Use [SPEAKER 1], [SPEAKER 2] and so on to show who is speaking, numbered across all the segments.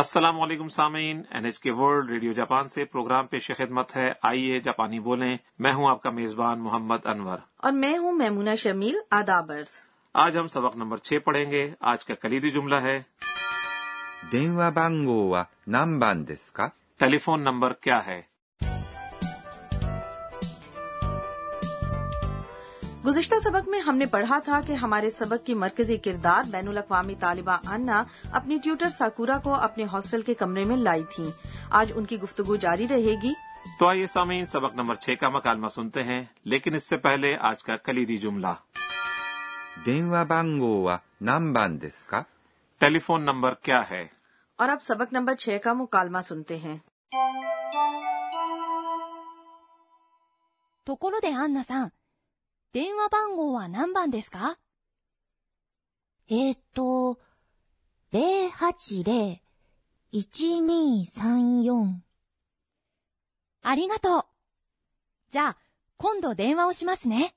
[SPEAKER 1] السلام علیکم سامعین N H K world radio Japan سے پروگرام پیش خدمت ہے آئیے جاپانی بولیں میں ہوں آپ کا میزبان محمد انور
[SPEAKER 2] اور میں ہوں میمونہ شمیل آدابرس
[SPEAKER 1] آج ہم سبق نمبر چھ پڑھیں گے آج کا کلیدی جملہ ہے
[SPEAKER 3] 電話番号は何番ですか
[SPEAKER 1] ٹیلی فون نمبر کیا ہے
[SPEAKER 2] گزشتہ سبق میں ہم نے پڑھا تھا کہ ہمارے سبق کی مرکزی کردار بین الاقوامی طالبہ انا اپنی ٹیوٹر ساکورا کو اپنے ہاسٹل کے کمرے میں لائی تھی آج ان کی گفتگو جاری رہے گی
[SPEAKER 1] تو آئیے سامعین سبق نمبر چھ کا مکالمہ سنتے ہیں لیکن اس سے پہلے آج کا کلیدی جملہ
[SPEAKER 3] 電話番号は何番ですか
[SPEAKER 1] ٹیلی فون نمبر کیا ہے
[SPEAKER 2] اور اب سبق نمبر چھ کا مکالمہ سنتے ہیں
[SPEAKER 4] ところでアンナさん、電話番号は何番ですかえーっと、080-1234。ありがとう。じゃあ、今度電話をしますね。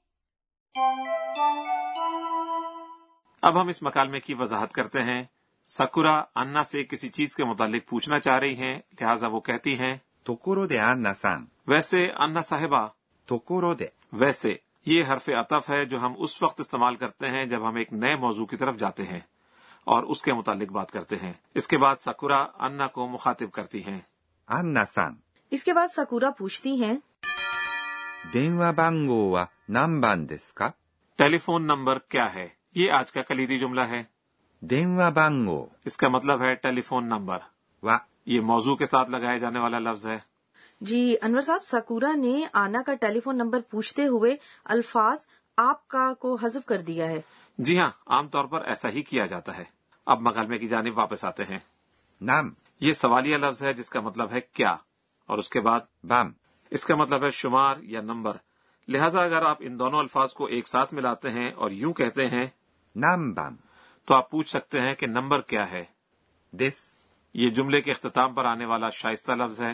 [SPEAKER 1] اب ہم اس مکالمے کی وضاحت کرتے ہیں سکورا انا سے کسی چیز کے متعلق پوچھنا چاہ رہی ہیں لہٰذا وہ کہتی ہیں
[SPEAKER 3] ところでアンナさん、
[SPEAKER 1] ویسے انا صاحبہ
[SPEAKER 3] ところで
[SPEAKER 1] ویسے یہ حرف عطف ہے جو ہم اس وقت استعمال کرتے ہیں جب ہم ایک نئے موضوع کی طرف جاتے ہیں اور اس کے متعلق بات کرتے ہیں اس کے بعد سکورا انا کو مخاطب کرتی ہیں
[SPEAKER 3] アンナさん、
[SPEAKER 2] اس کے بعد ساکورا پوچھتی ہیں
[SPEAKER 3] 電話番号は何番ですか
[SPEAKER 1] ٹیلی فون نمبر کیا ہے یہ آج کا کلیدی جملہ ہے
[SPEAKER 3] 電話番号
[SPEAKER 1] اس کا مطلب ہے ٹیلی فون نمبر
[SPEAKER 3] は
[SPEAKER 1] یہ موضوع کے ساتھ لگایا جانے والا لفظ ہے
[SPEAKER 2] جی انور صاحب ساکورا نے آنا کا ٹیلی فون نمبر پوچھتے ہوئے الفاظ آپ کا کو حذف کر دیا ہے
[SPEAKER 1] جی ہاں عام طور پر ایسا ہی کیا جاتا ہے اب مکالمے کی جانب واپس آتے ہیں
[SPEAKER 3] 何
[SPEAKER 1] یہ سوالیہ لفظ ہے جس کا مطلب ہے کیا اور اس کے بعد
[SPEAKER 3] 番
[SPEAKER 1] اس کا مطلب ہے شمار یا نمبر لہٰذا اگر آپ ان دونوں الفاظ کو ایک ساتھ ملاتے ہیں اور یوں کہتے ہیں
[SPEAKER 3] 何番
[SPEAKER 1] تو آپ پوچھ سکتے ہیں کہ نمبر کیا ہے
[SPEAKER 3] です。
[SPEAKER 1] یہ جملے کے اختتام پر آنے والا شائستہ لفظ ہے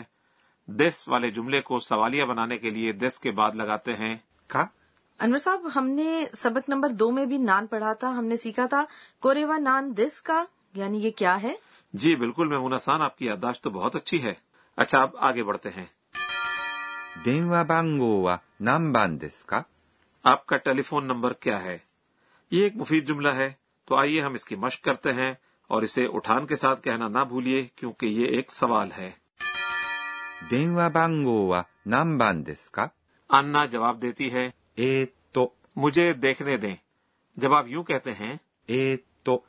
[SPEAKER 1] دس والے جملے کو سوالیہ بنانے کے لیے دس کے بعد لگاتے ہیں
[SPEAKER 3] か、
[SPEAKER 2] انور صاحب ہم نے سبق نمبر دو میں بھی نان پڑھا تھا ہم نے سیکھا تھا کوریوا نان دس کا یعنی یہ کیا ہے
[SPEAKER 1] جی بالکل میمونہ سان آپ کی یادداشت تو بہت اچھی ہے اچھا اب آگے بڑھتے ہیں
[SPEAKER 3] 電話番号は何番ですか
[SPEAKER 1] آپ کا ٹیلی فون نمبر کیا ہے یہ ایک مفید جملہ ہے تو آئیے ہم اس کی مشق کرتے ہیں اور اسے اٹھان کے ساتھ کہنا نہ بھولیے کیونکہ یہ ایک سوال ہے
[SPEAKER 3] 電話番号は何番ですか
[SPEAKER 1] انا جواب دیتی ہے
[SPEAKER 3] えーっと、
[SPEAKER 1] مجھے دیکھنے دیں جب آپ یوں کہتے ہیں
[SPEAKER 3] えーっと、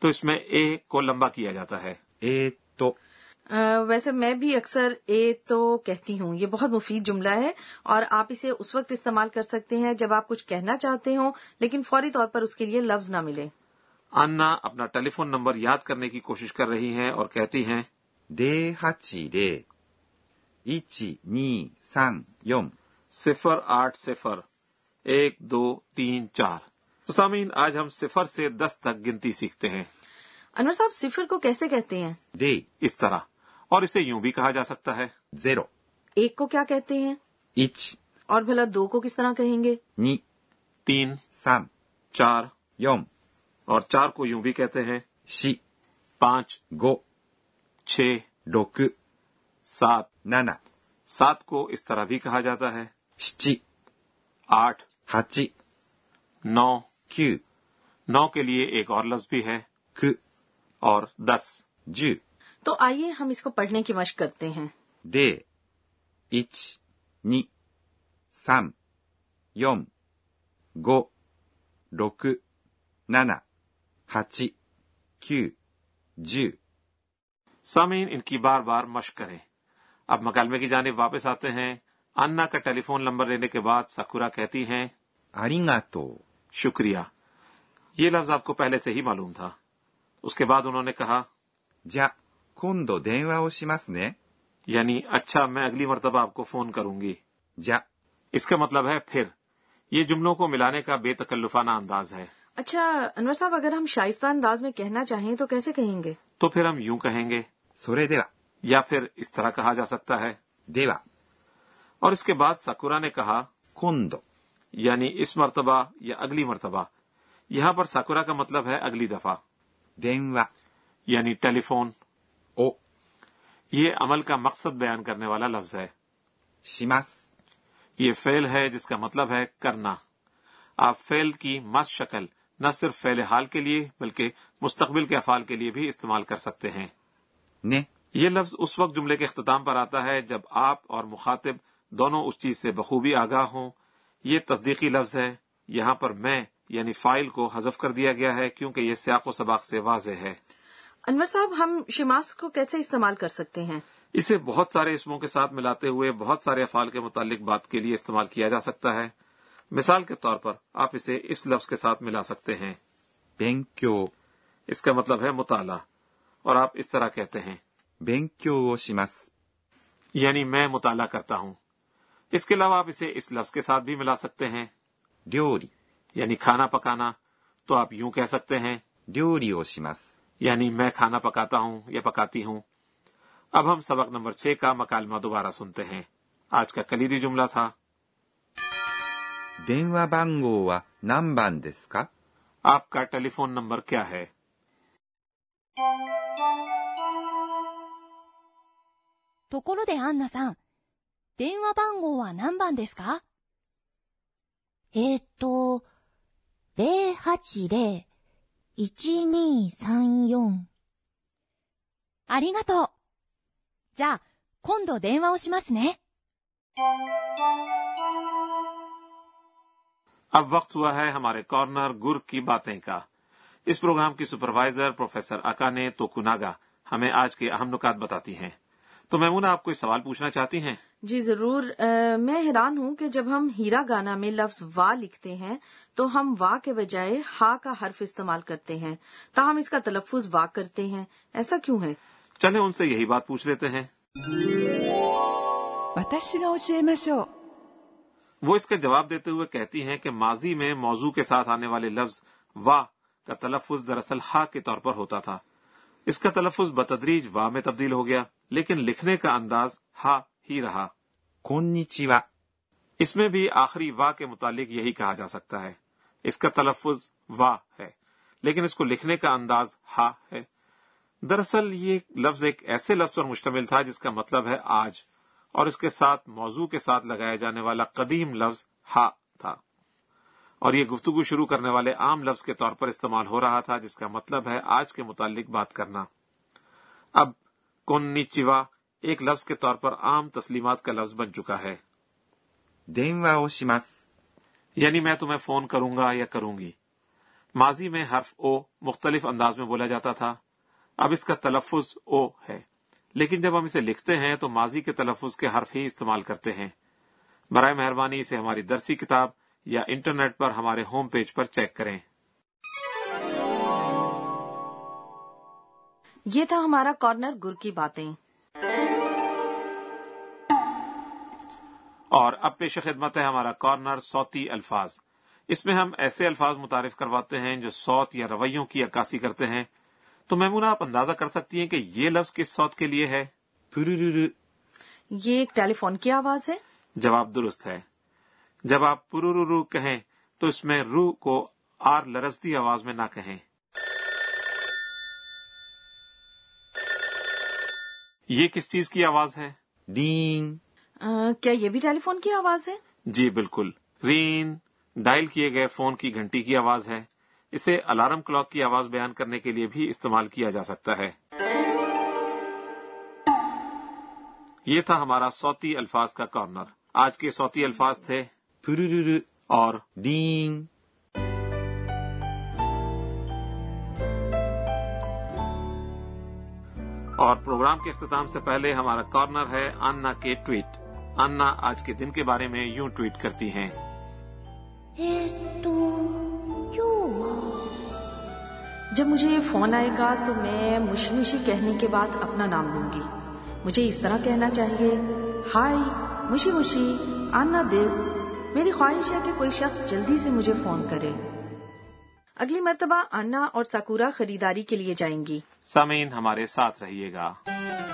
[SPEAKER 1] تو اس میں اے کو لمبا کیا جاتا ہے
[SPEAKER 3] えーっと、
[SPEAKER 2] آ، ویسے میں بھی اکثر اے تو کہتی ہوں یہ بہت مفید جملہ ہے اور آپ اسے اس وقت استعمال کر سکتے ہیں جب آپ کچھ کہنا چاہتے ہوں لیکن فوری طور پر اس کے لیے لفظ نہ ملے
[SPEAKER 1] انا اپنا ٹیلی فون نمبر یاد کرنے کی کوشش کر رہی ہیں اور کہتی ہیں
[SPEAKER 3] 080、1234。
[SPEAKER 1] صفر آٹھ صفر ایک دو تین چار تو سامعین آج ہم صفر سے دس تک گنتی سیکھتے ہیں
[SPEAKER 2] انور صاحب صفر کو کیسے کہتے ہیں
[SPEAKER 3] 0
[SPEAKER 1] اس طرح اور اسے یوں بھی کہا جا سکتا ہے
[SPEAKER 3] 0
[SPEAKER 2] ایک کو کیا کہتے ہیں
[SPEAKER 3] 1
[SPEAKER 2] اور بھلا دو کو کس طرح کہیں گے
[SPEAKER 3] 2
[SPEAKER 1] تین
[SPEAKER 3] 3
[SPEAKER 1] چار
[SPEAKER 3] 4
[SPEAKER 1] اور چار کو یوں بھی کہتے ہیں
[SPEAKER 3] 4
[SPEAKER 1] پانچ
[SPEAKER 3] 5
[SPEAKER 1] چھ
[SPEAKER 3] 6
[SPEAKER 1] سات
[SPEAKER 3] 7
[SPEAKER 1] سات کو اس طرح بھی کہا جاتا ہے
[SPEAKER 3] 7
[SPEAKER 1] آٹھ
[SPEAKER 3] 8
[SPEAKER 1] نو
[SPEAKER 3] 9
[SPEAKER 1] نو کے لیے ایک اور لفظ بھی ہے
[SPEAKER 3] 9
[SPEAKER 1] اور دس
[SPEAKER 3] 10
[SPEAKER 2] تو آئیے ہم اس کو پڑھنے کی مشق کرتے ہیں
[SPEAKER 3] 0 1 2 3 4 5 6 7 8 9 10
[SPEAKER 1] سامعین ان کی بار بار مشق کریں اب مکالمے کی جانب واپس آتے ہیں انا کا ٹیلی فون نمبر لینے کے بعد سکورا کہتی ہیں
[SPEAKER 3] ありがとう。
[SPEAKER 1] شکریہ یہ لفظ آپ کو پہلے سے ہی معلوم تھا اس کے بعد انہوں نے کہا
[SPEAKER 3] じゃ、今度電話をしますね。
[SPEAKER 1] یعنی اچھا میں اگلی مرتبہ آپ کو فون کروں گی
[SPEAKER 3] じゃ、
[SPEAKER 1] اس کا مطلب ہے پھر یہ جملوں کو ملانے کا بے تکلفانہ انداز ہے
[SPEAKER 2] اچھا انور صاحب اگر ہم شائستہ انداز میں کہنا چاہیں تو کیسے کہیں گے
[SPEAKER 1] تو پھر ہم یوں کہیں گے
[SPEAKER 3] それでは、
[SPEAKER 1] یا پھر اس طرح کہا جا سکتا ہے
[SPEAKER 3] では、
[SPEAKER 1] اور اس کے بعد سکورا نے کہا
[SPEAKER 3] 今度、
[SPEAKER 1] یعنی اس مرتبہ یا اگلی مرتبہ یہاں پر ساکورا کا مطلب ہے اگلی دفعہ
[SPEAKER 3] 電話、
[SPEAKER 1] یعنی ٹیلی فون
[SPEAKER 3] を
[SPEAKER 1] یہ عمل کا مقصد بیان کرنے والا لفظ ہے
[SPEAKER 3] します。
[SPEAKER 1] یہ فعل ہے جس کا مطلب ہے کرنا آپ فعل کی مس شکل نہ صرف فعل حال کے لیے بلکہ مستقبل کے افعال کے لیے بھی استعمال کر سکتے ہیں
[SPEAKER 3] ね、
[SPEAKER 1] یہ لفظ اس وقت جملے کے اختتام پر آتا ہے جب آپ اور مخاطب دونوں اس چیز سے بخوبی آگاہ ہوں یہ تصدیقی لفظ ہے یہاں پر میں یعنی فائل کو حذف کر دیا گیا ہے کیونکہ یہ سیاق و سباق سے واضح ہے
[SPEAKER 2] انور صاحب ہم شماس کو کیسے استعمال کر سکتے ہیں
[SPEAKER 1] اسے بہت سارے اسموں کے ساتھ ملاتے ہوئے بہت سارے افعال کے متعلق بات کے لیے استعمال کیا جا سکتا ہے مثال کے طور پر آپ اسے اس لفظ کے ساتھ ملا سکتے ہیں
[SPEAKER 3] 勉強、
[SPEAKER 1] اس کا مطلب ہے مطالعہ اور آپ اس طرح کہتے ہیں
[SPEAKER 3] 勉強をします。
[SPEAKER 1] یعنی میں مطالعہ کرتا ہوں اس کے علاوہ آپ اسے اس لفظ کے ساتھ بھی ملا سکتے ہیں
[SPEAKER 3] 料理、
[SPEAKER 1] یعنی کھانا پکانا تو آپ یوں کہہ سکتے ہیں
[SPEAKER 3] 料理をします。
[SPEAKER 1] یعنی میں کھانا پکاتا ہوں یا پکاتی ہوں اب ہم سبق نمبر چھ کا مکالمہ دوبارہ سنتے ہیں آج کا کلیدی جملہ تھا
[SPEAKER 3] 電話番号は何番ですか
[SPEAKER 1] آپ کا ٹیلی فون نمبر کیا ہے
[SPEAKER 4] 「ところでアンナさん、電話番号は何番ですか?」えーっと、080-1234。ありがとう。じゃあ、今度電話をしますね。
[SPEAKER 1] اب وقت ہوا ہے ہمارے کارنر گر کی باتیں کا اس پروگرام کی سپروائزر پروفیسر اکا نے توکناگا ہمیں آج کے اہم نکات بتاتی ہیں تو میمونہ آپ کوئی سوال پوچھنا چاہتی ہیں
[SPEAKER 2] جی ضرور اہ، میں حیران ہوں کہ جب ہم ہیرا گانا میں لفظ وا لکھتے ہیں تو ہم وا کے بجائے ہا کا حرف استعمال کرتے ہیں تاہم اس کا تلفظ وا کرتے ہیں ایسا کیوں ہے
[SPEAKER 1] چلیں ان سے یہی بات پوچھ لیتے ہیں
[SPEAKER 5] 私が教えましょう
[SPEAKER 1] وہ اس کا جواب دیتے ہوئے کہتی ہیں کہ ماضی میں موضوع کے ساتھ آنے والے لفظ وا کا تلفظ دراصل ہا کے طور پر ہوتا تھا اس کا تلفظ بتدریج وا میں تبدیل ہو گیا لیکن لکھنے کا انداز ہا ہی رہا
[SPEAKER 3] こんにちは。
[SPEAKER 1] اس میں بھی آخری وا کے متعلق یہی کہا جا سکتا ہے اس کا تلفظ وا ہے لیکن اس کو لکھنے کا انداز ہا ہے دراصل یہ لفظ ایک ایسے لفظ پر مشتمل تھا جس کا مطلب ہے آج اور اس کے ساتھ موضوع کے ساتھ لگایا جانے والا قدیم لفظ ہا تھا اور یہ گفتگو شروع کرنے والے عام لفظ کے طور پر استعمال ہو رہا تھا جس کا مطلب ہے آج کے متعلق بات کرنا اب کونیچیوا ایک لفظ کے طور پر عام تسلیمات کا لفظ بن چکا ہے
[SPEAKER 3] 電話をします。
[SPEAKER 1] یعنی میں تمہیں فون کروں گا یا کروں گی ماضی میں حرف او مختلف انداز میں بولا جاتا تھا اب اس کا تلفظ او ہے لیکن جب ہم اسے لکھتے ہیں تو ماضی کے تلفظ کے حرف ہی استعمال کرتے ہیں برائے مہربانی اسے ہماری درسی کتاب یا انٹرنیٹ پر ہمارے ہوم پیج پر چیک کریں
[SPEAKER 2] یہ تھا ہمارا کارنر گر کی باتیں
[SPEAKER 1] اور اب پیش خدمت ہے ہمارا کارنر سوتی الفاظ اس میں ہم ایسے الفاظ متعارف کرواتے ہیں جو سوت یا رویوں کی عکاسی کرتے ہیں تو میمونہ آپ اندازہ کر سکتی ہیں کہ یہ لفظ کس سوت کے لیے ہے
[SPEAKER 3] プルルル、
[SPEAKER 2] یہ ایک ٹیلی فون کی آواز ہے
[SPEAKER 1] جواب درست ہے جب آپ پرو رو کہیں تو اس میں رو کو آر لرزتی آواز میں نہ کہیں یہ کس چیز کی آواز ہے
[SPEAKER 3] リーン、
[SPEAKER 2] اہ، کیا یہ بھی ٹیلی فون کی آواز ہے
[SPEAKER 1] جی بالکل رین ڈائل کیے گئے فون کی گھنٹی کی آواز ہے اسے الارم کلاک کی آواز بیان کرنے کے لیے بھی استعمال کیا جا سکتا ہے یہ تھا ہمارا سوتی الفاظ کا کارنر آج کے سوتی الفاظ تھے
[SPEAKER 3] プルルル、
[SPEAKER 1] اور
[SPEAKER 3] リーン。
[SPEAKER 1] اور پروگرام کے اختتام سے پہلے ہمارا کارنر ہے انا کے ٹویٹ انا آج کے دن کے بارے میں یوں ٹویٹ کرتی ہیں
[SPEAKER 4] えーっと、今日は、
[SPEAKER 2] جب مجھے یہ فون آئے گا تو میں مشمشی کہنے کے بعد اپنا نام لوں گی مجھے اس طرح کہنا چاہیے ہائی مشی مشی آنا دس میری خواہش ہے کہ کوئی شخص جلدی سے مجھے فون کرے اگلی مرتبہ آنا اور ساکورا خریداری کے لیے جائیں گی
[SPEAKER 1] سامعین ہمارے ساتھ رہیے گا